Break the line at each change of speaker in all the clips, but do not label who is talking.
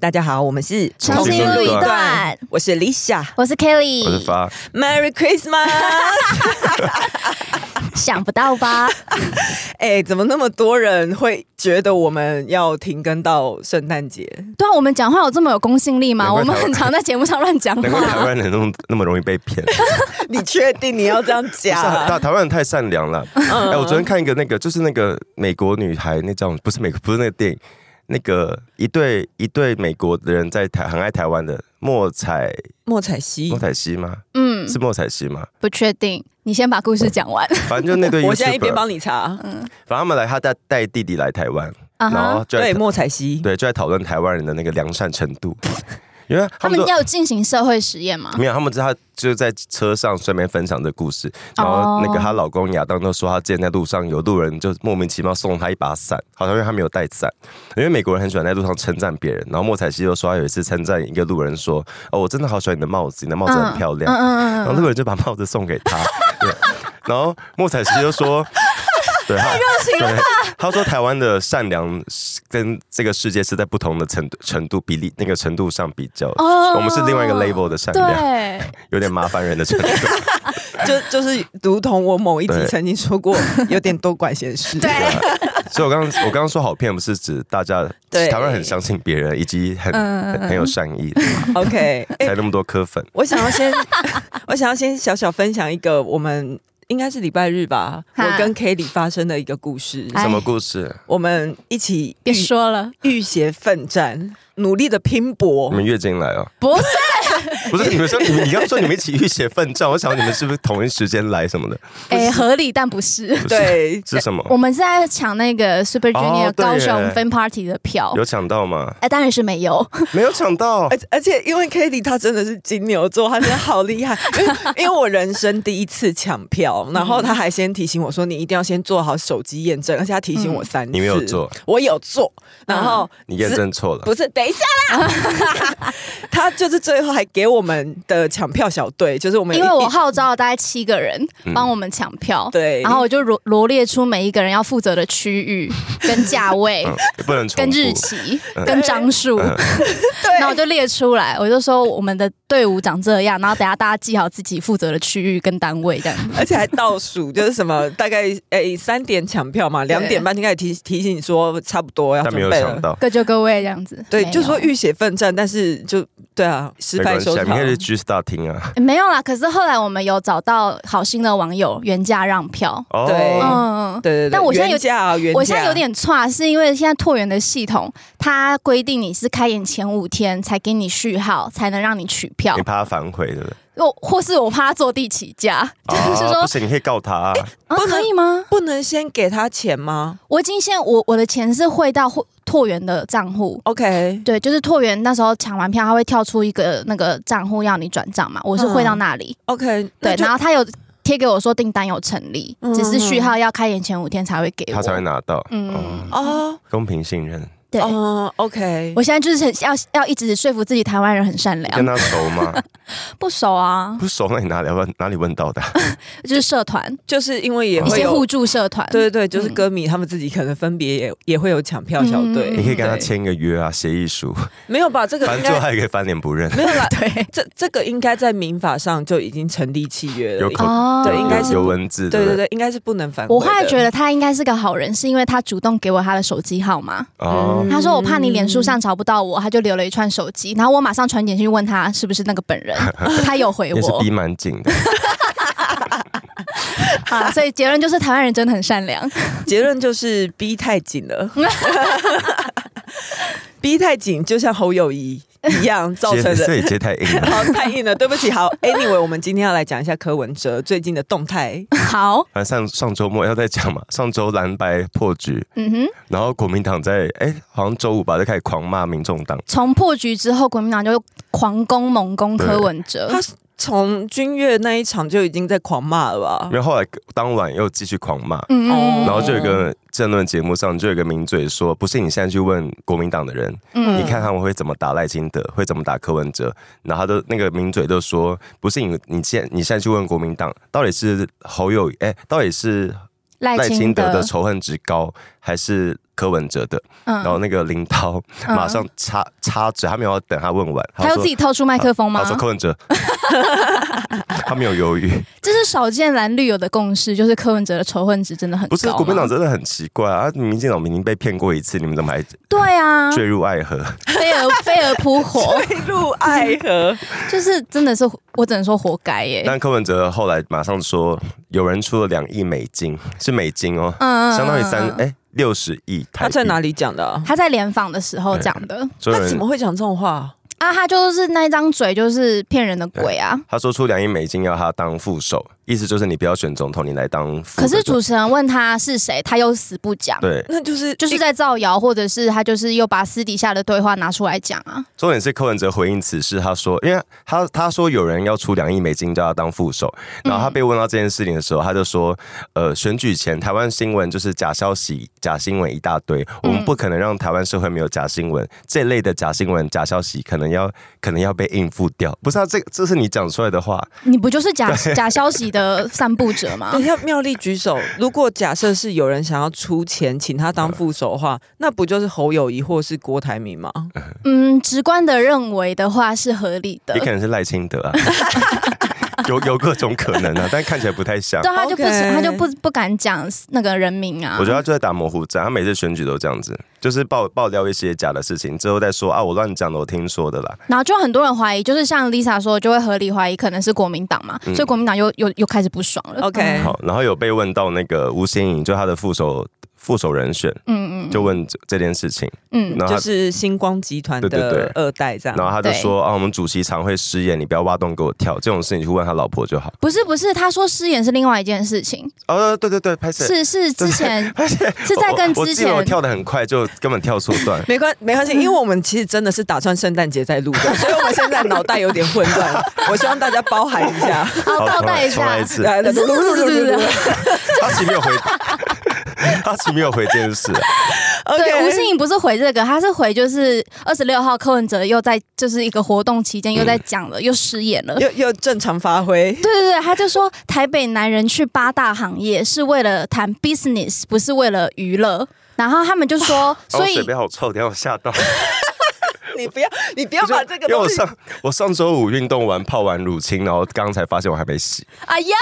大家好，我们是
重
新录一段，
我是 Lisa。
我是 Kelly，
我是发，
Merry Christmas！
想不到 吧？
哎、怎么那么多人会觉得我们要停更到圣诞节？
对啊，我们讲话有这么有公信力吗？
难怪
我们很常在节目上乱讲
难怪台
话。
湾人那么那么容易 被骗。
你确定你要这样
不是啊
讲？
台台湾人太善良了。
嗯
哎、我昨天看一个那个，就是那个美国女孩那张，不是美国，不是那个电影，那个一对一对美国的人在台很爱台湾的莫彩
莫彩希
莫，彩西吗？
嗯，
是莫彩西吗？
不确定，你先把故事讲 完。
反正就那对 y o
我
u t
现在
u
一
b
边
e
帮你查。
反正他们来，他带带弟弟来台湾，
啊
然
哈
后，就在
对，莫彩希，
对就在讨论台湾人的那个良善程 度，因为
他
他
们
们说。
要进行社会实验吗？
没有，他们知道他就在车上顺便分享这故事，然后那个她老公亚当都说，他之前在路上有路人就莫名其妙送他一把伞，好像因为他没有带伞，因为美国人很喜欢在路上称赞别人，然后莫彩希就说他有一次称赞一个路人说，哦，我真的好喜欢你的帽子，你的帽子很漂亮，
嗯
然后路人就把帽子送给他，对，然后莫彩希就说。对，他对，他说台湾的善良是跟这个世界是在不同的程度程度比例那个程度上比较的，
哦
我们是另外一个 level 的善良。
对，
有点麻烦人的程度。
就就是如同我某一集
对
曾经说过，有点多管闲事。
对，
所以我刚刚我刚刚说好骗，不是指大家
对
台湾人很相信别人，以及很很很有善意，
，OK，哎、
才那么多科粉。
我想要先， 我想要先小小分享一个我们应该是礼拜日吧，
哈
我跟 Kelly 发生的一个故事。
哎
什么故事？
我们一起
别
浴
说了，
浴血奋战，努力的拼搏
你。们月经来哦？
不是，
不是，你们说你们你刚刚说你们一起浴血奋战，我想你们是不是同一时间来什么的？
哎，合理但不是。
不是，
对，
是什
我
么？
们是在抢那个 Super
哦
Junior
对
高雄
耶
Fan Party 的票，
有抢到吗？
哎，当然 是没有。
没有抢到
而。且而且因为 k a t i e 她真的是金牛座，她真的好厉 害。因为因为我人生第一次抢票，
嗯
然后她还先提醒我说你一定要先做好手机验证，而且她提醒我三次。
嗯你没有做？嗯
我有做。然后
你验证错了。
不是，等一下 啦！他就是最后还给我们的抢票小队，就是我们
因
有一
为我号召了大概七个人
嗯
帮我们抢票，
对
然后我就罗罗列出每一个人要负责的区域、跟价 位、
嗯，不能重
跟
复。
日期、
呃
跟张数，
对
然后我就列出来，我就说我们的队伍长这样，然后等下大家记好自己负责的区域跟单位 这样。
而且还倒数，就是什么大概诶三、点抢票嘛，两点半应该提提醒你说差不多要
但没
准
有
备
抢
了。
到。
各就各位这样子，
对
没，有
就说浴血奋战，但是就对啊，失
没
败
关系
收
啊，明
场
天。是 G Star 听啊。
没有啦。可是后来我们有找到好心的网友原价让票，
哦
对
嗯，
对对对，
但我现在有
原价啊，原价
我现在有点差，是因为现在拓元的系统它规定你是开演前五天才给你序号，才能让你取票
嗯
你，怕他反悔对不对？
又或是我怕他坐地起价， 就是
啊
说
不是，你可以告他啊。
啊
哦不能
可以吗？
不能先给他钱吗
我已经先我我的钱是汇到拓拓元的账户，
？OK，
对，就是拓元那时候抢完票，他会跳出一个那个账户要你转账嘛，我是汇到嗯那里。
OK，
对，然后他有贴给我说订单有成立，
嗯
只是序号要开演前五天才会哎给我。
他才会拿到。
嗯
嗯，
哦，
公平信任，
对，
嗯，OK，
我现在就是很要要一直说服自己台湾人很善
跟
良，
他熟吗？
不熟啊，
不熟，那你哪里问哪里问到的？
就是社团
就是因为也
一
会
些
有
互嗯助社团。
对对对，就是歌迷他们自己可能分别也也会有抢票小队，
嗯
你可以跟他
对
签个约啊，协议书，
没有吧？这个
反
应
正最后
该
他也可以翻脸不认。
没有啦，
对
这这个应该在民法上就已经成立契约了
有。可
哦
对应该是
有有文字，
对对
不
对，应该是不能反悔
我
的。
后来觉得他应该是个好人，是因为他主动给我他的手机号码。
嗯
哦，
他说我怕你脸书上找不到我，他就留了一串手机，然后我马上传简讯问他是不是那个本 人，他有回
也是
我
逼蛮紧的。
啊，所以结论就是台湾人真的很善良。
结论就是逼太紧 了，逼太紧就像侯友谊一样 造
接
成
这
的。
也接太硬了。
好，太硬了，对不起。好，Anyway，我们今天要来讲一下柯文哲最近的动态。
好，
反正上上周末要再讲嘛，上周蓝白破局，
嗯哼，
然后国民党在哎，好像周五吧就开始狂骂民众党，
从破局之后，国民党就狂攻猛攻柯文哲
他，从君越那一场就已经在狂骂了 吧？
然后后来当晚又继续狂骂。
嗯
哦
然后就有一个政论节目上就有一个名嘴说，不信你现在去问国民党的人，你
嗯，
看他们会怎么打赖清德，会怎么打柯文哲，然后他都那个名嘴都说，不是你你现你现在去问国民党，到底是侯友哎、到底是
赖
赖清
清
德
德
的仇恨值高，还是柯文哲的，
嗯
然后那个林涛
嗯
马上插插嘴，他没有要等他问完，
他
就
有自己掏出麦克风吗
他？说柯 文哲，他没有犹豫，
这是少见蓝绿有的共识，就是柯文哲的仇恨值真的很高
不
吗。
是国民党真的很奇怪啊！民进党已经被骗过一次，你们怎么还
对啊，
坠入爱河？
飞蛾飞蛾扑 火，
一路爱河，
就是真的是我只能说活该耶。嗯
但柯文哲后来马上说，有人出了两亿美金，是美金哦，
嗯
相当于三
嗯嗯嗯
哎六十亿台
他
币。
在哪里讲的啊、
他在联访的时候讲的
所有
他怎
人
么会讲这种话？
啊，他就是那一张嘴就是骗人的鬼啊。
他说出两亿美金要他当副手，意思就是你不要选总统，你来当副。
可是主持人问他是谁，他又死不讲，
对，
那就是
就是在造谣，或者是他就是又把私底下的对话拿出来讲啊。
重点是柯文哲回应此事，他说，因为他他说有人要出两亿美金叫他当副手，
嗯
然后他被问到这件事情的时候，他就说，呃，选举前台湾新闻就是假消息、假新闻一大堆，
嗯
我们不可能让台湾社会没有假新闻，这类的假新闻、假消息可能要可能要被应付掉。不是啊，这这是你讲出来的话，
你不就是假 假消息的散布者吗
等？一下，妙丽举手。如果假设是有人想要出钱请他当副手的话，那不就是侯友谊或是郭台铭吗？
嗯，直观的认为的话是合理的
也，可能是赖清德啊， 有有各种可能啊，但看起来不太像。
对，他就不
OK
他就不不敢讲那个人名啊
我。觉得他就在打模糊战，他每次选举都这样子，就是爆爆料一些假的事情之后再说啊，我乱讲的，我听说的啦。
然后就很多人怀疑，就是像 Lisa 说，就会合理怀疑可能是国民党嘛，所以国民党又又又开始不爽了。
OK
嗯
好，然后有被问到那个吴欣颖，就他的副手副手人选，
嗯嗯
就问这这件事情，
嗯，
然
就
后他。
是星光集团
对对
的
对
二代这样。。
然后他就
对
说：“啊，我们主席常会失言，你不要挖洞给我跳。这种事你去问他老婆就好。
不是不是，他说失言是另外一件事情，”
哦，对对对，拍摄
嗯是是之前
拍摄
是在跟
我
之
记得我
前
跳的很快，就根本跳错段
没关没关系，因为我们其实真的是打算圣诞节再录 的，所以我们现在脑袋有点混乱，我希望大家包涵一下。
好倒带一
重
下
来一，次。
来来录录录录录录
他其实没有回， 他其实没有回这件事。啊
对，吴
OK，
欣颖不是回这个，他是回就是二十六号柯文哲又在就是一个活动期间又在讲了，又失言了。对
又又正常发挥。
对对，他就说台北男人去八大行业是为了谈 business，不是为了娱乐。然后他们就说，所
哦
以
水杯好臭，等一下我吓 到。
你不要你不要把这个
因为
东
我
西。
上我上周五运动完泡完乳清，然后刚才发现我还没洗。
哎呀，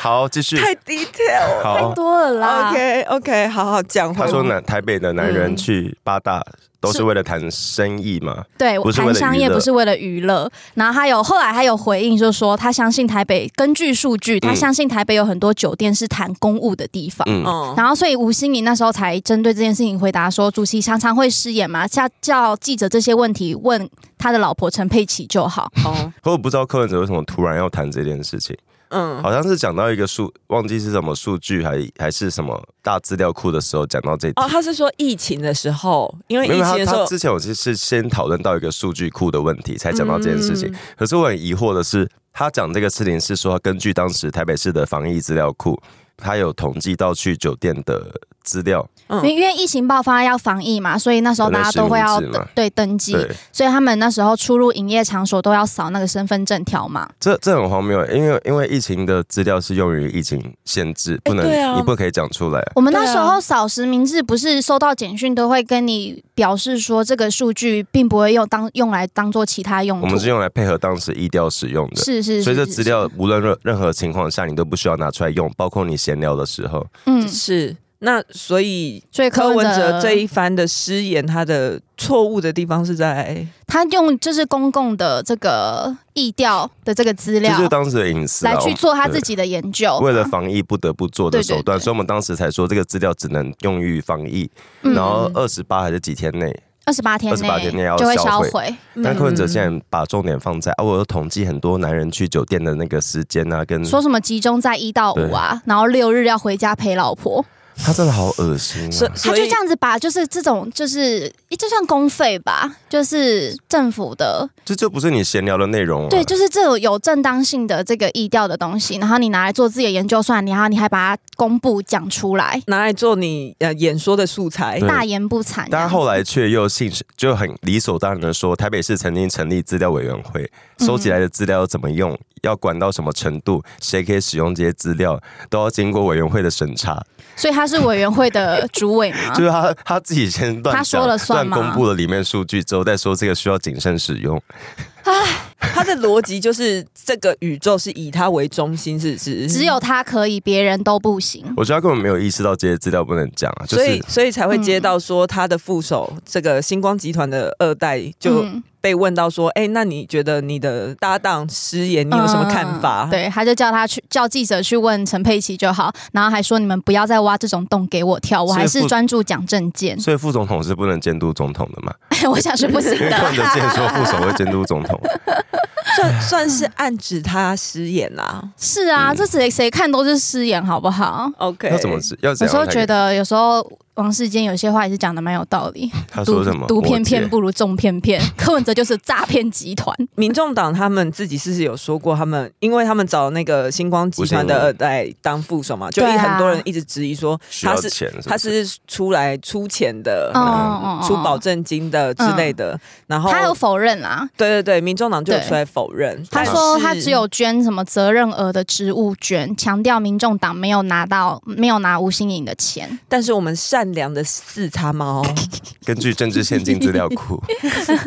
好，继续。
太 detail 了。
太
好，
多了啦。
OK OK，好好讲回。
他说南台北的男人去八大都是为了谈生意嘛？
对，
不是为
谈
了
商
娱
业
乐
不是为了娱乐。然后他有后来他有回应，就说他相信台北，根据数据，他
嗯
相信台北有很多酒店是谈公务的地方。
嗯，
嗯，
然后，所以吴欣颖那时候才针对这件事情回答说：“主席常常会失言嘛，叫叫记者这些问题问他的老婆陈佩琪就好。
哦，
可我不知道柯文哲为什么突然要谈这件事情，
嗯，
好像是讲到一个数，忘记是什么数据还还是什么大资料库的时候讲到这题。
哦，他是说疫情的时候，因为疫
没有
情的
他
时
他
候，
之前我其实是先讨论到一个数据库的问题，才讲到这件事
嗯
情。可是我很疑惑的是，他讲这个事情是说，根据当时台北市的防疫资料库，他有统计到去酒店的资料，
嗯
因为因为疫情爆发要防疫嘛，所以那时候大家都会要
可能实名制嘛
对登记，
对。
所以他们那时候出入营业场所都要扫那个身份证条码。
这这很荒谬，因为因为疫情的资料是用于疫情限制，不能、
对啊
你不可以讲出来。
我们
对啊
那时候扫实名制，不是收到简讯都会跟你表示说这个数据并不会用当用来当做其他用
我
途
们是。用来配合当时疫调使用的，
嗯是是，
所以这
是
资，料无论任任何情况下，你都不需要拿出来用，包括你闲聊的时候。
嗯，
是那所以
所以
柯
柯
文
文
哲
哲
这一番的失言，他的错误的地方是在
嗯
他用就是公共的这个意调的这个资
这
料
就是当时的隐私啊
来去做他自
对
己的研究，
为了防疫不得不做的
哦啊对对
手段，
对
所以我们当时才说这个资料只能用于防疫，
嗯
然后二十八还是几天内。
二十八天内
28天内要
就会销
销毁
毁。
但柯文哲现在把重点放在啊，我有统计很多男人去酒店的那个时间啊，跟
说什么集中在一到五啊，然后六日要回家陪老婆，
他真的好恶心
所
啊！
他
所
就
以
这样子把就是这种就是这算公费吧，就是政府的
这这不是你闲聊的内容、啊，
对，就是这种有正当性的这个意调的东西，然后你拿来做自己的研究算，然后你还把它公布讲出来，
拿来做你呃演说的素 材。
对
大言不惭。
但他后来却又信誓就很理所当然的说，台北市曾经成立资料委员
嗯
会，收集来的资料要怎么用，要管到什么程度，谁可以使用这些资料，都要经过委员会的审查。
所以他他是委员会的主委吗？
就是他他自己先乱
啊他说
讲
了算
乱
吗
公布了里面数据之后，再说这个需要谨慎使用。
他的逻辑就是这个宇宙是以他为中心，是指
只有他可以，别人都不行。
我觉得他根本没有意识到这些资料不能讲啊，就
所以
是
所以才会接到说他的副手、这个星光集团的二代就
嗯
被问到说，哎、那你觉得你的搭档失言，你有什么看法？
嗯对，他就叫他去叫记者去问陈佩琪就好，然后还说你们不要再挖这种洞给我跳，我还
所以
是
不
专注讲证件。
所以副总统是不能监督总统的嘛？
我想是不行
因为
的
患。者之前说副手会监督总 统，
算算是暗指他失言啦、
是啊，这谁谁看都是失言，好不好？
OK，
要怎么知要
有时
怎样才可以？
候觉得，有时候王世坚有些话也是讲的蛮有道理。
他
读
说什么
读片片
我姐
不如中片 片，柯文哲就是诈骗集团。
民众党他们自己是不是有说过，他们因为他们找那个星光集团的二代当副手嘛，就一
对啊
很多人一直质疑说
需
他
要
是
钱是不是，
他是出来出钱的。
哦
嗯
哦
出保证金的之类的，
嗯
然后
他有否认啦。
对对对，民众党就有
对
出来否认，
他
但
说
是
他只有捐什么责任额的职务捐，强调民众党没有拿到没有拿吴欣颖的钱。
但是我们善良的四叉 猫，
根据政治现金资料库，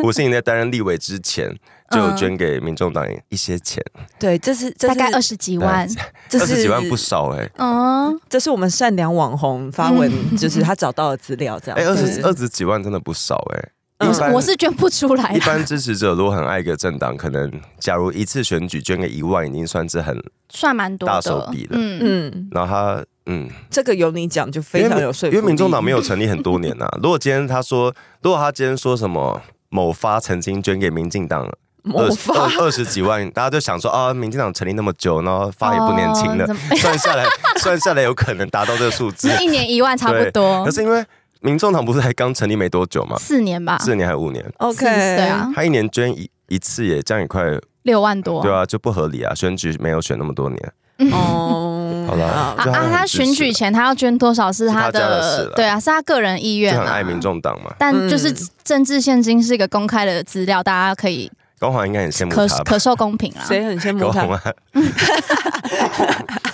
吴欣颖在担任立委之前就
嗯
有捐给民众党一些钱，
对，这是这
大
是
概二十几万，
这
二
是
十几万不少哎、
嗯，
这是我们善良网红发文，就是他找到的资料这样。
哎、二
对
十二十几万真的不少哎、
嗯
一般
我是捐不出来
一
啦。
般支持者如果很爱一个政党，可能假如一次选举捐个一万，已经算是很。
算蛮多
大
的，
手笔的
嗯，
嗯，
然后他嗯，
这个由你讲就非
因为
常
民
有说服
因为民众党
力
没有成立很多年呐、如果今天他说，如果他今天说什么某发曾经捐给民进党
某
二
发
二二十几万，大家就想说啊，民进党成立那么久，然后发也不年轻了
哦，怎么
算下来算下来有可能达到这个数字。
一年一万差不
哦
多
可，是因为民众党不是才刚成立没多久嘛，
四年
啊
吧，
四年还五年，
OK，
四对啊，
他一年捐一一次也这样也快，
六万多，
对啊，就不合理啊，选举没有选那么多年，
哦，
好啦
啊
就他
啊！
很
他
支持
选举前他要捐多少是他
是他家的事
的
啦，
对啊，是他个人意
就
愿
很
啊。
爱民众党嘛。
但就是
嗯
政治现金是一个公开的资料，大家可以
高华应该很羡慕
可
他吧？
可受公平啦。
谁很羡慕
高
他
红？啊，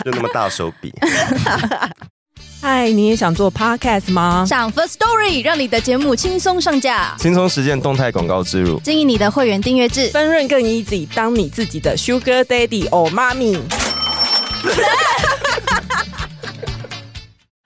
就那么大手笔。
嗨，你也想做 podcast 吗？
上 First Story 让你的节目轻松上架，
轻松实践动态广告植入，
经营你的会员订阅制。
分润更 easy，当你自己的 sugar daddy or mommy。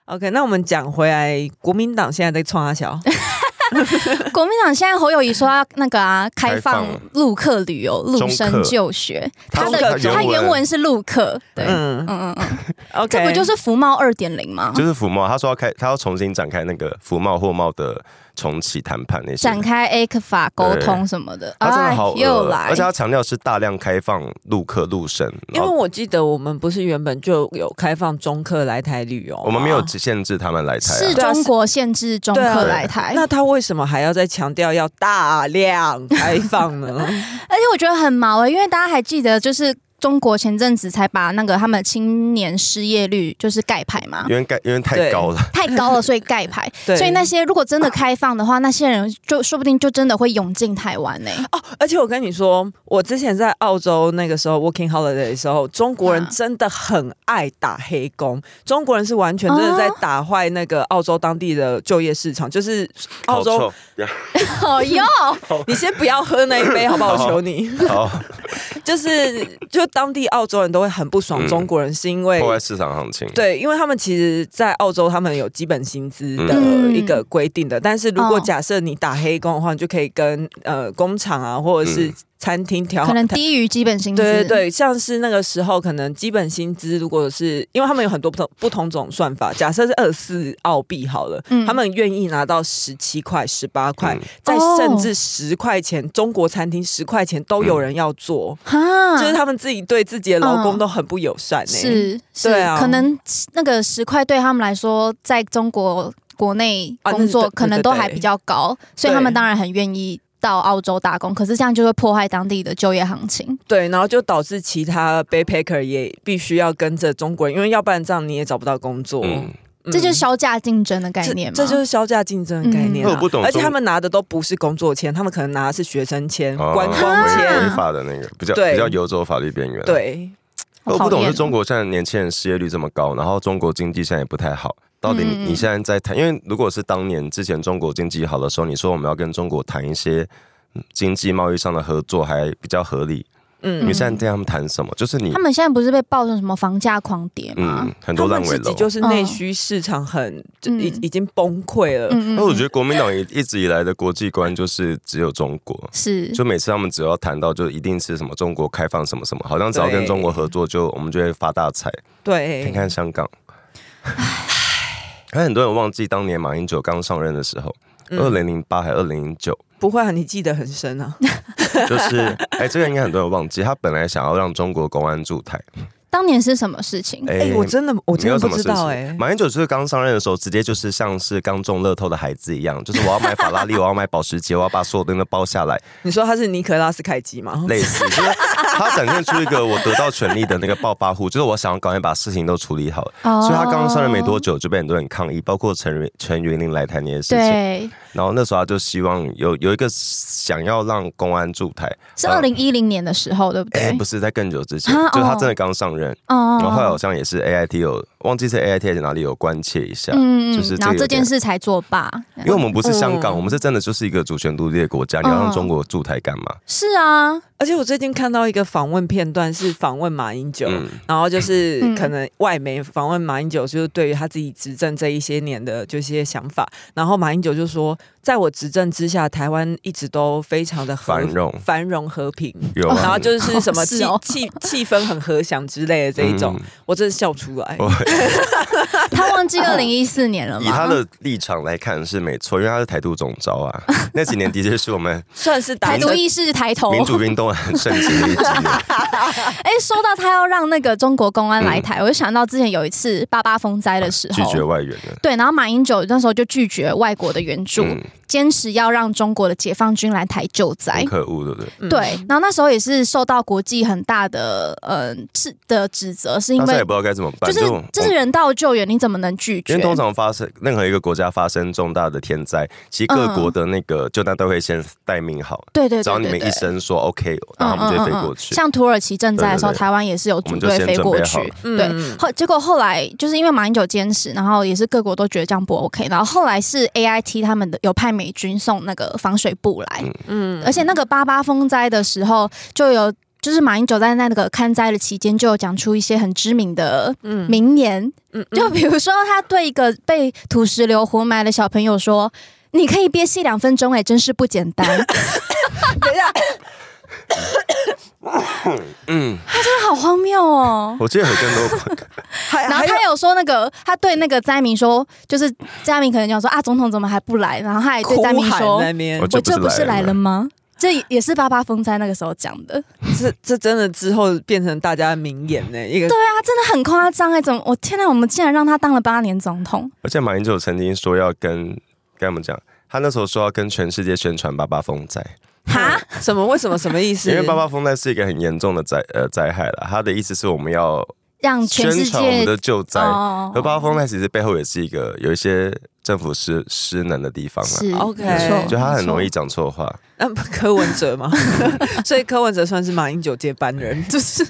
OK，那我们讲回来，国民党现在在创阿小，
国民党现在侯友谊说要那个啊，开放
开放
陆客旅游、陆
中
生
客
就学，
他
他的
中客
他
原文
原文是陆客，对，嗯
嗯
嗯嗯，
，OK，
这不就是福茂二点零吗？
就是福茂，他说要开，他要重新展开那个福茂货贸的重启谈判那些。
展开 A 克法沟通什么的，
他真的好
哎
恶
又来，
而且他强调是大量开放陆客陆生，
因
然
为
后
我记得我们不是原本就有开放中客来台旅游吗，
我们没有限制他们来台、
是
啊。
对啊
中国限制中
对啊
客来台，
那他为什么还要再强调要大量开放 呢？
而且我觉得很毛欸诶、因为大家还记得就是。中国前阵子才把那个他们青年失业率就是盖牌嘛，
因为盖因为太高了，
太高了，所以盖牌。
对
所以那些如果真的开放的话，那些人就说不定就真的会涌进台湾欸 呢、
哦，而且我跟你说，我之前在澳洲那个时候 working holiday 的时候，中国人
啊
真的很爱打黑工，中国人是完全真的在
哦
打坏那个澳洲当地的就业市场，就是澳洲，
好臭
哦哟，
你先不要喝那一杯，好 不好？我求你，
好
就是就当地澳洲人都会很不爽
嗯
中国人，是因为
破坏市场行情。
对，因为他们其实，在澳洲他们有基本薪资的
嗯
一个规定的，但是如果
哦
假设你打黑工的话，你就可以跟呃工厂啊或者是
嗯
餐厅调好
可能低于基本薪资。
对对对，像是那个时候，可能基本薪资如果是因为他们有很多不同不同种算法，假设是二四澳币好了，
嗯
他们愿意拿到十七块、十八块，
嗯
再
哦
甚至十块钱，中国餐厅十块钱都有
嗯
人要做，
哈，
就是他们自己对自己的劳工
嗯
都很不友善欸呢、
是是、
对啊
可能那个十块对他们来说，在中国国内
啊那
工
是
作
对
可能
对
都
对
还比较高，所以他们当然很愿意。到澳洲打工，可是这样就会破坏当地的就业行情。
对，然后就导致其他 backpacker 也必须要跟着中国人，因为要不然这样你也找不到工作。
嗯，
嗯
这就是削价竞争的概
这
念嘛？
这就是销价竞争的概念、啊。
嗯我不懂
而且
中
他们拿的都不是工作签，他们可能拿的是学生签、
哦
观光
违
签。
违法的那个比较
对
比较游走法律边缘。。
对，
好
我不
讨
懂，
厌哦
是中国现在年轻人失业率这么高，然后中国经济现在也不太好，到底
嗯
你你现在在谈？因为如果是当年之前中国经济好的时候，你说我们要跟中国谈一些嗯经济贸易上的合作，还比较合理。
嗯
你现在跟他们谈什么？就是你
他们现在不是被爆成什么房价狂跌吗？
嗯，很
啊他
多烂
们
尾
自
楼
己。就是内需市场很就已
嗯
已经崩溃了，
嗯
那我觉得国民党一一直以来的国际观就是只有中国，
是，
就每次他们只要谈到就一定是什么中国开放什么什么，好像只要跟
对
中国合作就我们就会发大财。你
对，
看香港，还很多人忘记当年马英九刚上任的时候，二
嗯
零零八还二零零九，
不会啊，你记得很深 啊，
就是 哎、这个应该很多人忘记，他本来想要让中国公安驻台，
当年是什么事情？
哎、
哎、我真的我
没
真
有
的
什
不
么
知
事情
道哎、
马英九就是刚上任的时候，直接就是像是刚中乐透的孩子一样，就是我要买法拉利，我要买保时捷，我要把所有东西都包下 来，
你说他是尼可拉斯凯奇吗？
类似，就是他展现出一个我得到权力的那个暴 发户，就是我想要赶快把事情都处理好。
哦
所以他刚上任没多久就被很多人抗议，包括陈云陈云林来谈这件事情。
对，
然后那时候他就希望有有一个想要让公安驻台，
是
啊
二零一零年的时候，对不
哎、
对？
不是在更久之前，
啊
就是他
哦
真的刚上任，
哦
然后后来好像也是 A I T 有忘记是 A I T 还是哪里有关切一下，
嗯
就是
然后
这个有
这
点
件事才哦作罢。
因为我们不是香港，
嗯
我们是真的就是一个主权独立的国家，你
哦
要让中国驻台干嘛？
是啊，
而且我最近看到一个访问片段，是访问马英九，
嗯
然后就是
嗯
可能外媒访问马英九，就是对于他自己执政这一些年的这些想法，然后马英九就说，在我执政之下，台湾一直都非常的和
繁荣
繁荣和平。
有
哦
啊，
然后就是什么气、
是 哦
气气氛很和祥之类的这一种，
嗯
我真的笑出来。
我
他忘记二零一四年了
以
吗？
他的立场来看是没错，因为他是台独总召 啊，那几年的确是我们
算是打
台独意识抬头。
民主运动很盛行的 一集，
哎，说到他要让那个中国公安来台，我就想到之前有一次八八风灾的时
嗯拒
候，
绝外援的。
对，然后马英九那时候就拒绝外国的援助，
嗯
坚持要让中国的解放军来台救灾
很。可恶，对不对？
对，然后那时候也是受到国际很大的呃指的指责，是因
大家也
为
不知道该怎么办，
就是
就
这是人道救援，你怎么能拒
因
绝
为？通常发生任何一个国家发生重大的天灾，其实各
嗯
国的那个救难队会先待命好，
对对对对对，嗯
只要你们一声说 OK，然后他们就会飞过去。
像土耳其赈灾的时候，
对对对
台湾也是有组队飞过去
我们就先准备。
了
对
嗯，
后结果后来就是因为马英九坚持，然后也是各国都觉得这样不 OK，然后后来是 AIT 他们的有派美军送那个防水布来，嗯，而且那个八八风灾的时候就有。就是马英九在那个看灾的期间，就有讲出一些很知名的名言，
嗯嗯
就比如说他对一个被土石流活埋的小朋友说：“你可以憋气两分钟、哎，真是不简 单。”
等一下，
真的好荒谬哦！
我记得有更多，
还
然后
还有
他有说那个，他对那个灾民说，就是灾民可能讲说啊，总统怎么还不来？然后他也对
哭
灾民
喊
说，
那边
我，
我这不是来
来
了
了
吗？这也是八八风灾那个时候讲的，对
这这真的之后变成大家的名言呢、一个
啊，真的很夸张哎！怎么我天哪，我们竟然让他当了八年总统？
而且马英九曾经说要跟跟我们讲，他那时候说要跟全世界宣传八八风灾，
哈，
什么为什么什么意思？
因为八八风灾是一个很严重的灾呃灾害了。他的意思是我们要
让嗯全
宣
世
传我们
界
的救灾，
哦
而八八风灾其实背后也是一个有一些政府失失能的地方啊，
是
OK
没错
就他很容易
没错
讲错话。
那、不柯文哲嘛， 所以柯文哲算是马英九接班人，就是。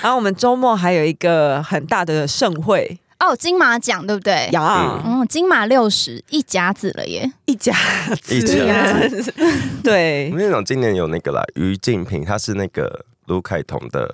然后我们周末还有一个很大的盛会
哦，金马奖对不对？
呀，
嗯，金马六十一甲子了耶！
一家
一
子
家嗯
人，对
我们院长今年有那个啦，于静平，他是那个卢凯彤的，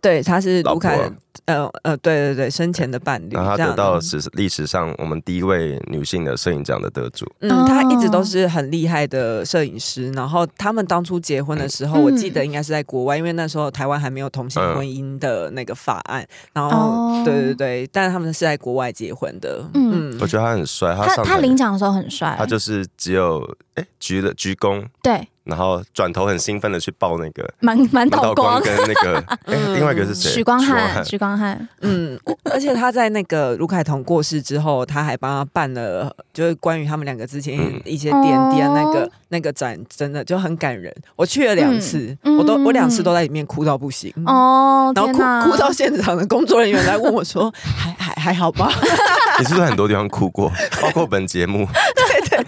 对，他是卢凯
老婆，
呃呃，对对对，生前的伴侣，
然后
这
他
样
得到
嗯
史历史上我们第一位女性的摄影奖的得主。
嗯，他一直
哦
都是很厉害的摄影师。然后他们当初结婚的时候，
嗯
我记得应该是在国外，因为那时候台湾还没有同性
嗯
婚姻的那个法案。然
哦
后，对对对，但他们是在国外结婚的。
嗯
嗯
我觉得他很帅，他
他
上
他
台
领奖的时候很帅，
他就是只有哎鞠了鞠躬，
对
然后转头很兴奋的去抱那个
满满
满
岛
道
光
光。跟那 个哎
嗯
另外一个是谁？
许光汉，许光汉，
嗯，我而且他在那个卢凯彤过世之后，他还帮他办了，就是关于他们两个之前
嗯
一些点点
哦
那个、那个展，真的就很感人。我去了两次，
嗯
我都我两次
嗯
都在里面哭到不行。
嗯
哦，
然后
天哪
哭哭到现场的工作人员来问我说：“还还还好吧？”
你是不是很多地方 哭过？包括本节目，
对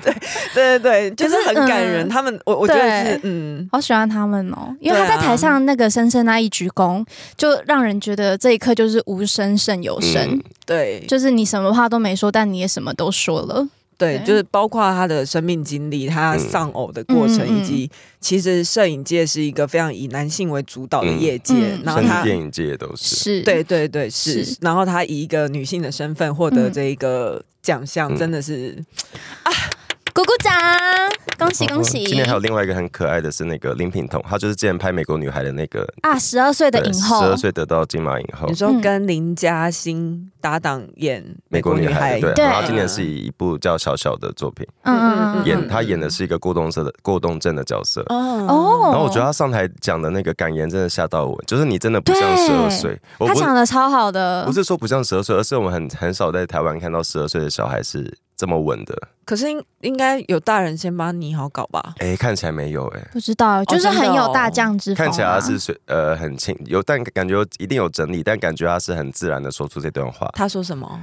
对对，就是
可是
很感人。
嗯
他们，我我觉得
对
是嗯，
好喜欢他们哦，因为他
对啊
在台上那个深深那一鞠躬，就让人觉得这一刻就是无声胜有声
嗯，
对
就是你什么话都没说，但你也什么都说了。
对，
对
就是包括他的生命经历、
嗯
他丧偶的过程，
嗯嗯嗯
以及其实摄影界是一个非常以男性为主导的业界，
嗯嗯
然后
甚
他
至电影界也都是。
是，
对对对是
是
然后他以一个女性的身份获得
嗯
这一个奖项，
嗯
真的是
鼓鼓掌， 恭喜恭喜！
今天还有另外一个很可爱的是那个林品彤，她就是之前拍《美国女孩》的那个
啊，十二岁的影后
十，二岁得到金马影后
你。说
嗯
跟林嘉欣搭档演《
美国女孩对，
对
然后她今年是以一部叫《小小》的作品
嗯嗯嗯
演，
嗯，
她演的是一个过动症的过动症的角色。
哦
哦，
然后我觉得她上台讲的那个感言真的吓到我，就是你真的不像十二岁，我
他
不
讲的超好的
不，是说不像十二岁，而是我们很很少在台湾看到十二岁的小孩是这么稳的。
可是应应该有大人先帮你好搞吧？
哎，看起来没有哎、
不知道，就是很
真的
有
哦
大将之风啊。
看起来他是随呃很轻，有但感觉一定有整理，但感觉他是很自然的说出这段话。
他说什么？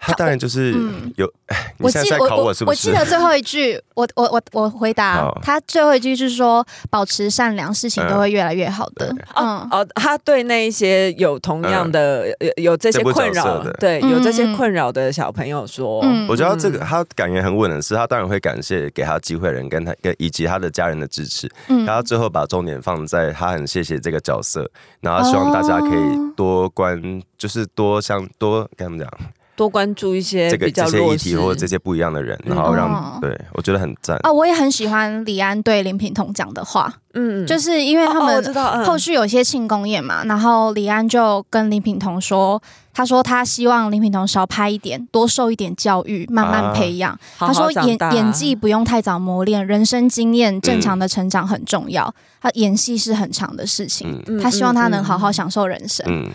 他当然就是
嗯
有，哎你
我
现
记
在在
我
考
我
是不
我记
是？
得最后一句，我我我我回答
好嗯
他最后一句是说，保持善良，事情都会越来越好的。嗯，
哦，他对那一些有同样的、有有这些
嗯这部角
困
色
扰
的，
对，
嗯
有这些困扰的小朋友说，
嗯
我觉得这个他感言很稳的是，他当然会感谢给他机会的人跟他跟以及他的家人的支持。
嗯
然后最后把重点放在他很谢谢这个角色，然后他希望大家可
哦
以多关，就是多像多跟他们讲
多关注一些
这个
哎比
这
较
些
弱
议题
势嗯
或者这些不一样的人，然后
哦
让对我觉得很赞。
啊，我也很喜欢李安对林品彤讲的话，
嗯，
就是是因为他
我知
们
道，嗯
后续有一些庆功宴嘛，然后李安就跟林品彤说，他说他希望林品彤少拍一点，多受一点教育，慢慢
啊
培养。
好
他
好
说
长
演
大啊
演技不用太早磨练，人生经验正常的成长很重要。他演戏是很长的事情，
嗯
他希望他能好好
嗯
享受人生。
嗯，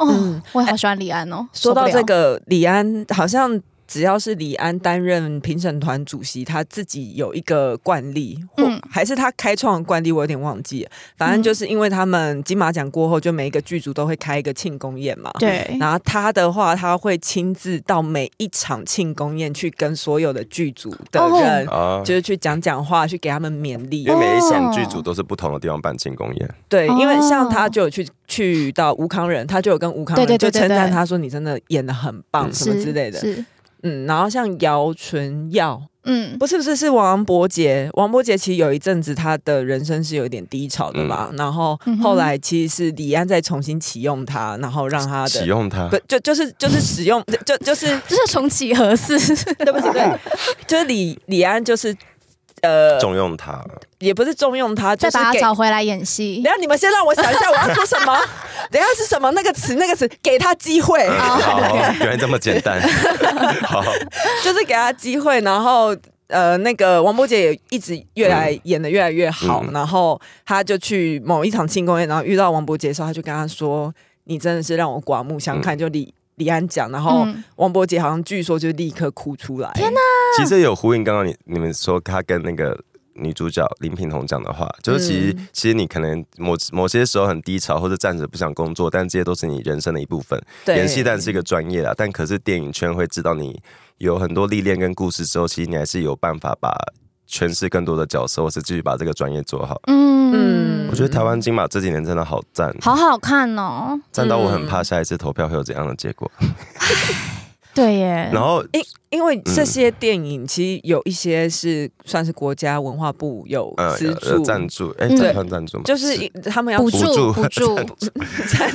哦
嗯，哎
我也好喜欢李安哦。
说到
受不了
这，个，李安好像只要是李安担任评审团主席，他自己有一个惯例，或、
嗯
还是他开创的惯例，我有点忘记了。反正就是因为他们金马奖过后，就每一个剧组都会开一个庆功宴嘛。
对，
然后他的话，他会亲自到每一场庆功宴去跟所有的剧组的
哦
人，
啊，
就是去讲讲话，去给他们勉励
因。为每一
哦
场剧组都是不同的地方办庆功宴，
对，因为像
哦
他就有去去到吴康仁，他就有跟吴康仁
对对
就
对对
称赞
对
他说你真的演的很棒
嗯
什么之类的。
是，
嗯，然后像姚纯耀，
嗯
不 是不是是王伯杰，王伯杰其实有一阵子他的人生是有一点低潮的嘛，然后
嗯哼
后来其实是李安再重新启用他，然后让他
启
的。
用他
不。就就是就是使用就就是
就是重启合适。
对不起 对，就是李李安就是呃
重 用他，
也不是重用他，就是
再把他
给
找回来演戏
等一。下你们先让我想一下我要说什 么，等一下是什么那个词那个词给他机会，
哎好，原来这么简 单。好，
就是给他机会，然后呃，那个王波姐也一直越来演的越来越好，
嗯
然后他就去某一场庆功宴，然后遇到王波姐的时候，他就跟他说：“你真的是让我刮目相
嗯
看。就李李安讲，然后
嗯
王波姐好像据说就立刻哭出来。天哪！
其实有呼应刚刚你你们说他跟那个女主角林品彤讲的话，就是其实、
嗯
其实你可能某某些时候很低潮，或者暂时不想工作，但这些都是你人生的一部分。
对，
演戏当然是一个专业啦，但可是电影圈会知道你有很多历练跟故事之后，其实你还是有办法把诠释更多的角色，或是继续把这个专业做好。
嗯
嗯
我觉得台湾金马这几年真的好赞，
好好看哦。
赞到我很
嗯
怕下一次投票会有怎样的结果。
对耶，
然后
因因为
嗯
这些电影其实有一些是算是国家文化部有
呃
资
有有
助，
赞助，哎，
嗯
这算赞助吗？
就是他们要
补
补
助补
补
助
助，
赞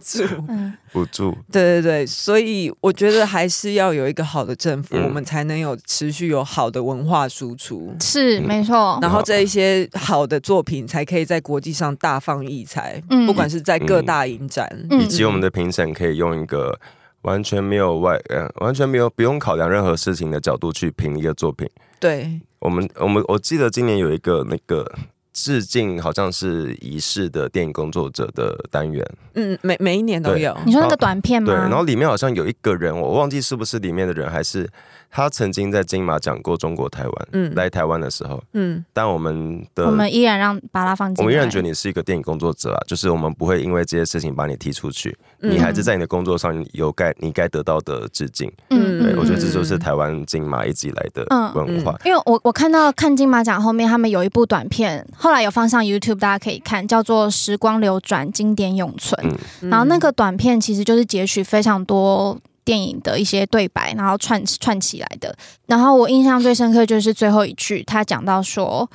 助。
嗯，
补助，
对对对，所以我觉得还是要有一个好的政府，
嗯
我们才能有持续有好的文化输出，
是
嗯
没错。
然后这一些好的作品才可以在国际上大放异彩，
嗯
不管是在各大影展，
嗯
以及我们的评审可以用一个完全没有外呃完全没有不用考量任何事情的角度去评一个作品。
对，
我们我们我记得今年有一个那个致敬，好像是仪式的电影工作者的单元，
嗯，每每一年都
对
有，
你说那个短片吗？
对，然后里面好像有一个人，我忘记是不是里面的人，还是他曾经在金马讲过中国台湾，
嗯
来台湾的时候，
嗯，
但我们的
我们依然让把它放进来。
呃我们依然觉得你是一个电影工作者啊，就是我们不会因为这些事情把你踢出去，
嗯
你还是在你的工作上有该你该得到的致敬。
嗯
对，我觉得
是
这就是台湾金马一直以来的
嗯
文化。
因为我我看到看金马奖后面，他们有一部短片，后来有放上 YouTube，大家可以看，叫做《时光流转，经典永存》。
嗯
然后那个短片其实就是截取非常多电影的一些对白，然后串串起来的。然后我印象最深刻就是最后一句，他讲到说。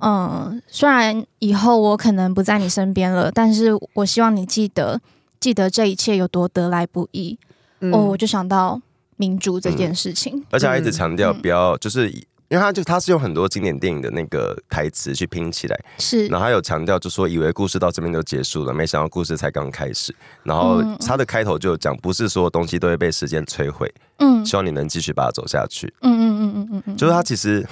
嗯，虽然以后我可能不在你身边了，但是我希望你记得，记得这一切有多得来不易。
嗯
哦，我就想到民族这
嗯
件事情。
而且他一直强调
嗯
不要，就是因为他就他是用很多经典电影的那个台词去拼起来，
是
然后他有强调，就说以为故事到这边就结束了，没想到故事才刚开始。然后
嗯
他的开头就有讲，不是所有东西都会被时间摧毁，
嗯嗯
希望你能继续把它走下去。
嗯嗯嗯嗯嗯，
就是他其实。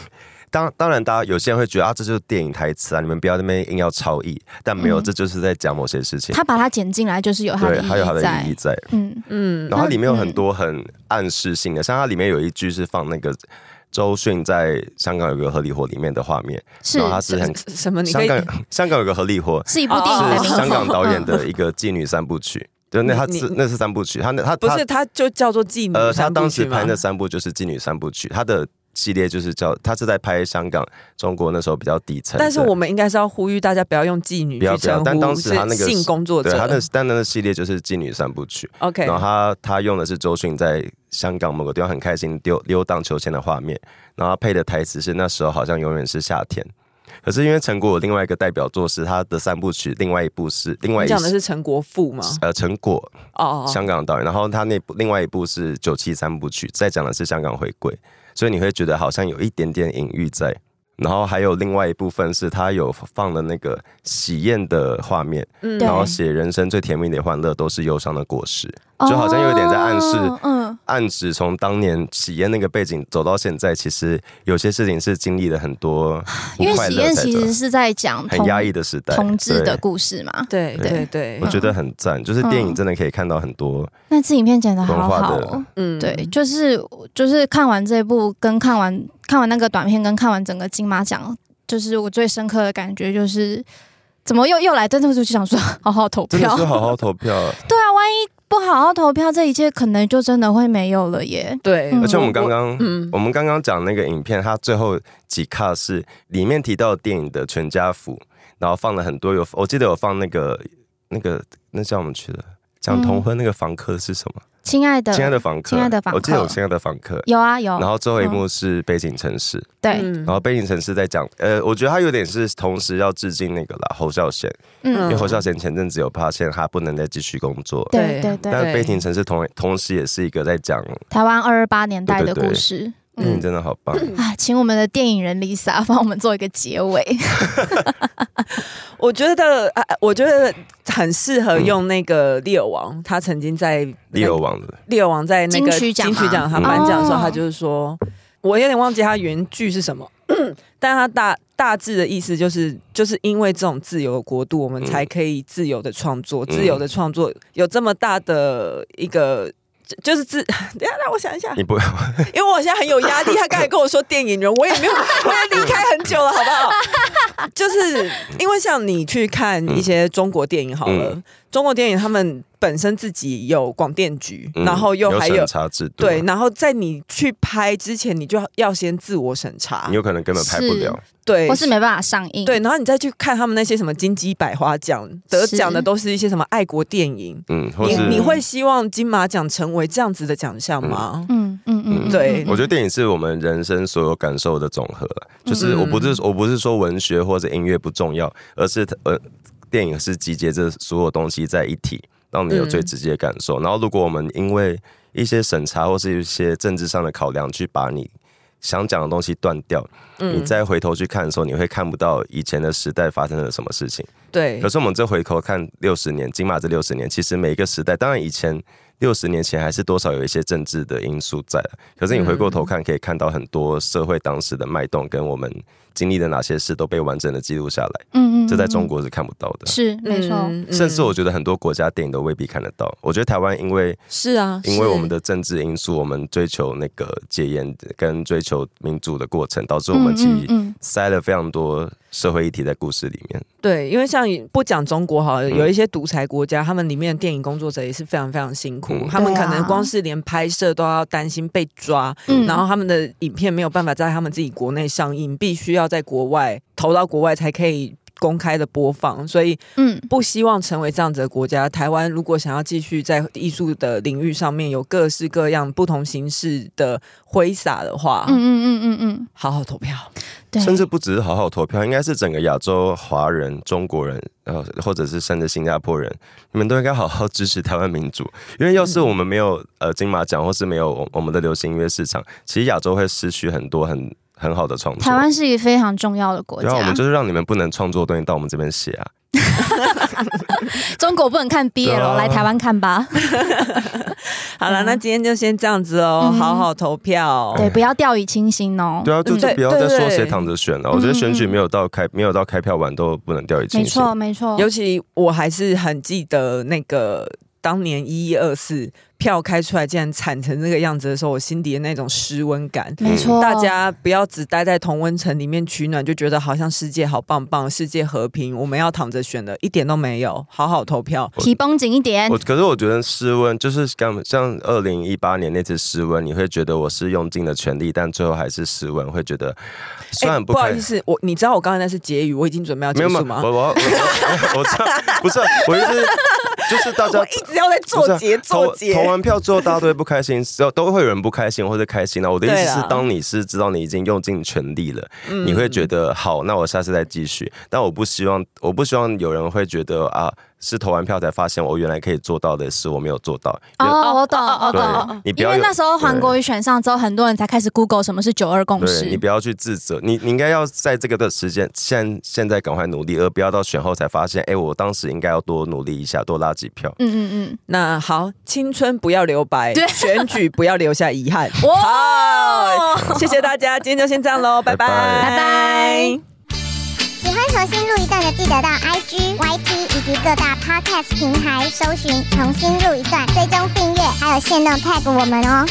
当当然，大家有些人会觉得啊，这就是电影台词啊，你们不要在那边硬要超译，但没有，
嗯
这就是在讲某些事情。
他把它剪进来，就是有它的
对，
意义
还有它的
在。
意义在。
嗯，
嗯
然后它里面有
嗯
很多很暗示性的，像它里面有一句是放那个周迅在香港有个合理活里面的画面，
是
然后他是嗯很
什什么？你可
香
以
港 香港有个合理活，
是一部电影的
哦
名
是
字
香港导演的一个妓女三部曲，就那他
你
是
你
那是三部曲，他那他
不
他
是，他就叫做妓女
呃，他
三部
当
曲
时
吗。
拍那三部就是妓女三部曲，他的系列就是叫他是在拍香港、中国那时候比较底层的，
但是我们应该是要呼吁大家不要用妓女
不要
去
不要
称
但当
呼
时
是
他那个
性工作
对
者
他。那但那个系列就是妓女三部曲，
OK，
然后他他用的是周迅在香港某个地方很开心丢溜荡秋千的画面，然后他配的台词是那时候好像永远是夏天。可是因为陈果有另外一个代表作是他的三部曲，另外一部是另外
你
一
讲的是陈国富吗？
呃陈果
哦，哦
香港导演，然后他那部另外一部是九七三部曲，再讲的是香港回归，所以你会觉得好像有一点点隐喻在。然后还有另外一部分是他有放了那个喜宴的画面，
嗯
对
然后写人生最甜蜜的欢乐都是忧伤的果实，就好像有点在暗示
哦嗯，
暗指从当年喜宴那个背景走到现在，其实有些事情是经历了很多不
啊因为
快
喜
乐
宴
才
其
走
实是在讲
很压
同
抑的时代，
同志的
对。
故事嘛。
对
对
对对
嗯
我，觉得很赞，就是电影真的可以看到很多，
那这影片剪的好
文化
好
的
哦。
嗯
对，就是就是看完这部，跟看完看完那个短片，跟看完整个金马奖，就是我最深刻的感觉就是，怎么又又来？但是我就想说，好好投
真的
票
是。好好 投票。
对啊，万一不好好投票，这一切可能就真的会没有了耶。
对，
嗯
而且我们刚刚
嗯
我们刚刚讲那个影片，它最后几卡是里面提到电影的全家福，然后放了很多有，我记得有放那个那个那叫我们去的讲同婚那个房客是什么？
亲爱的，
亲爱的房
嗯
客，
亲爱的房客
我记得有亲爱的房客。
有啊有，
然后最后一幕是背景城市，
对，
嗯
然后背景城市在讲，呃，我觉得他有点是同时要致敬那个啦侯孝贤，因为
嗯，
侯孝贤前阵子有发现他不能再继续工作，
对对对，
但背景城市同同时也是一个在讲
台湾二二八年代的
对对对
故事。
嗯
电影真的好棒，
啊，请我们的电影人 Lisa 帮我们做一个结尾。
我觉得，啊我觉得很适合用那个猎王，他曾经在
猎友网的，
猎王在那个
金曲奖吗
奖他颁奖的时候，
哦
他就是说，我有点忘记他原句是什么，
嗯
但他大大致的意思就是，就是因为这种自由的国度，我们
嗯
才可以自由的创作，
嗯
自由的创作有这么大的一个。就就是自， 等一下让我想一下，
你不
因为我现在很有压力。他刚才跟我说电影人，我也没 有，我也离开很久了，好不好？就是因为像你去看一些中国电影好了，
嗯
中国电影他们本身自己有广电局，
嗯
然后又还有
审查制度，
对，，然后在你去拍之前，你就要先自我审查
你，有可能根本拍不了，
对，
或是没办法上映。
对，然后你再去看他们那些什么金鸡百花奖得
是
奖的，都是一些什么爱国电影。
嗯，或
你
是
你会希望金马奖成为这样子的奖项吗？
嗯，嗯嗯嗯，
对
我觉得电影是我们人生所有感受的总和啦，就是
嗯
我不是我不是说文学或者音乐不重要，而是它呃，电影是集结这所有东西在一体，让你有最直接的感受。然后，如果我们因为一些审查或是一些政治上的考量，去把你想讲的东西断掉，
嗯
你再回头去看的时候，你会看不到以前的时代发生了什么事情。
对
可，是我们这回头看六十年，金马这六十年，其实每一个时代，当然以前六十年前还是多少有一些政治的因素在了。可是你回
嗯
过头看，可以看到很多社会当时的脉动，跟我们经历的哪些事都被完整的记录下来。
嗯嗯，
这在中
国
国是看不到的，
是没错，
嗯
甚至我觉得很多国家电影都未必看得到。我觉得台湾因为
是啊，
因为
是
我们的政治因素，我们追求那个戒烟跟追求民主的过程，导致我们
嗯
其实
嗯
塞了非常多社会议题在故事里面。
对，因为像不讲中国好了，
嗯
有一些独裁国家，他们里面的电影工作者也是非常非常辛苦，
嗯
他们
对
可
啊
能光是连拍摄都要担心被抓，
嗯
然后他们的影片没有办法在他们自己国内上映，必须要在国外投到国外才可以。公开的播放，所以
嗯，
不希望成为这样子的国家。台湾如果想要继续在艺术的领域上面有各式各样不同形式的挥洒的话，
嗯嗯嗯嗯嗯，
好好投票。
对，
甚至不只是好好投票，应该是整个亚洲华人、中国人，呃，或者是甚至新加坡人，你们都应该好好支持台湾民主，因为要是我们没
嗯
有呃金马奖，或是没有我我们的流行音乐市场，其实亚洲会失去很多很很好的创作。
台湾是一个非常重要的国
然后啊我
家
们，就是让你们不能创作的东西到我们这边写啊，
中国不能看 BL，、
对啊
来台湾看吧。
好了，那今天就先这样子哦，
嗯
好好投票。
对，不要掉以轻心哦。
对啊，就
嗯
就
对
不要再
对
说
对
谁躺着选了。我觉得选举没有到开没有到开票完都不能掉以
嗯
轻
没
心。
错，没错。
尤其我还是很记得那个当年一一二四票开出来，竟然惨成这个样子的时候，我心底的那种失温感。
嗯
没错，
大家不要只待在同温层里面取暖，就觉得好像世界好棒棒，世界和平，我们要躺着选的，一点都没有，好好投票。
皮绷紧一点
我。可是我觉得失温就是刚像二零一八年那次失温，你会觉得我是用尽了全力，但最后还是失温，会觉得虽然
哎
不
不好
开
意思，我你知道我刚才那是结语，我已经准备要
没
结
有
束
嘛，
吗
我？我我我我这样不是我意思就是大家
我。一直要在
不是啊
做结
投
做结
投。完票之后，大家都会不开心，只要都会有人不开心或者开心的。我的意
对啊嗯
思
啦
是，当你是知道你已经用尽全力了，你会觉得好，那我下次再继续。但我不希望，我不希望有人会觉得啊，是投完票才发现我原来可以做到的事，我没有做到。
哦，我懂，
哦哦
我
哦
对
懂。
你不
因
要
为
有
那时候韩国瑜选上之后，很多人才开始 Google 什么是九二共
对你
识
不。要去自责，你你应该要在这个的时间现现在赶快努力，而不要到选后才发现，哎，我当时应该要多努力一下，多拉几票。
嗯嗯
那好，青春不要留白
对，
选举不要留下遗憾。
嗯。哇，
谢谢大家，今天就先这样喽，拜拜，
拜
拜拜。
喜欢重新录一段的，记得到 IG、YT 以及各大 Podcast 平台搜寻“重新录一段”，追踪订阅，还有限定 tag 我们哦。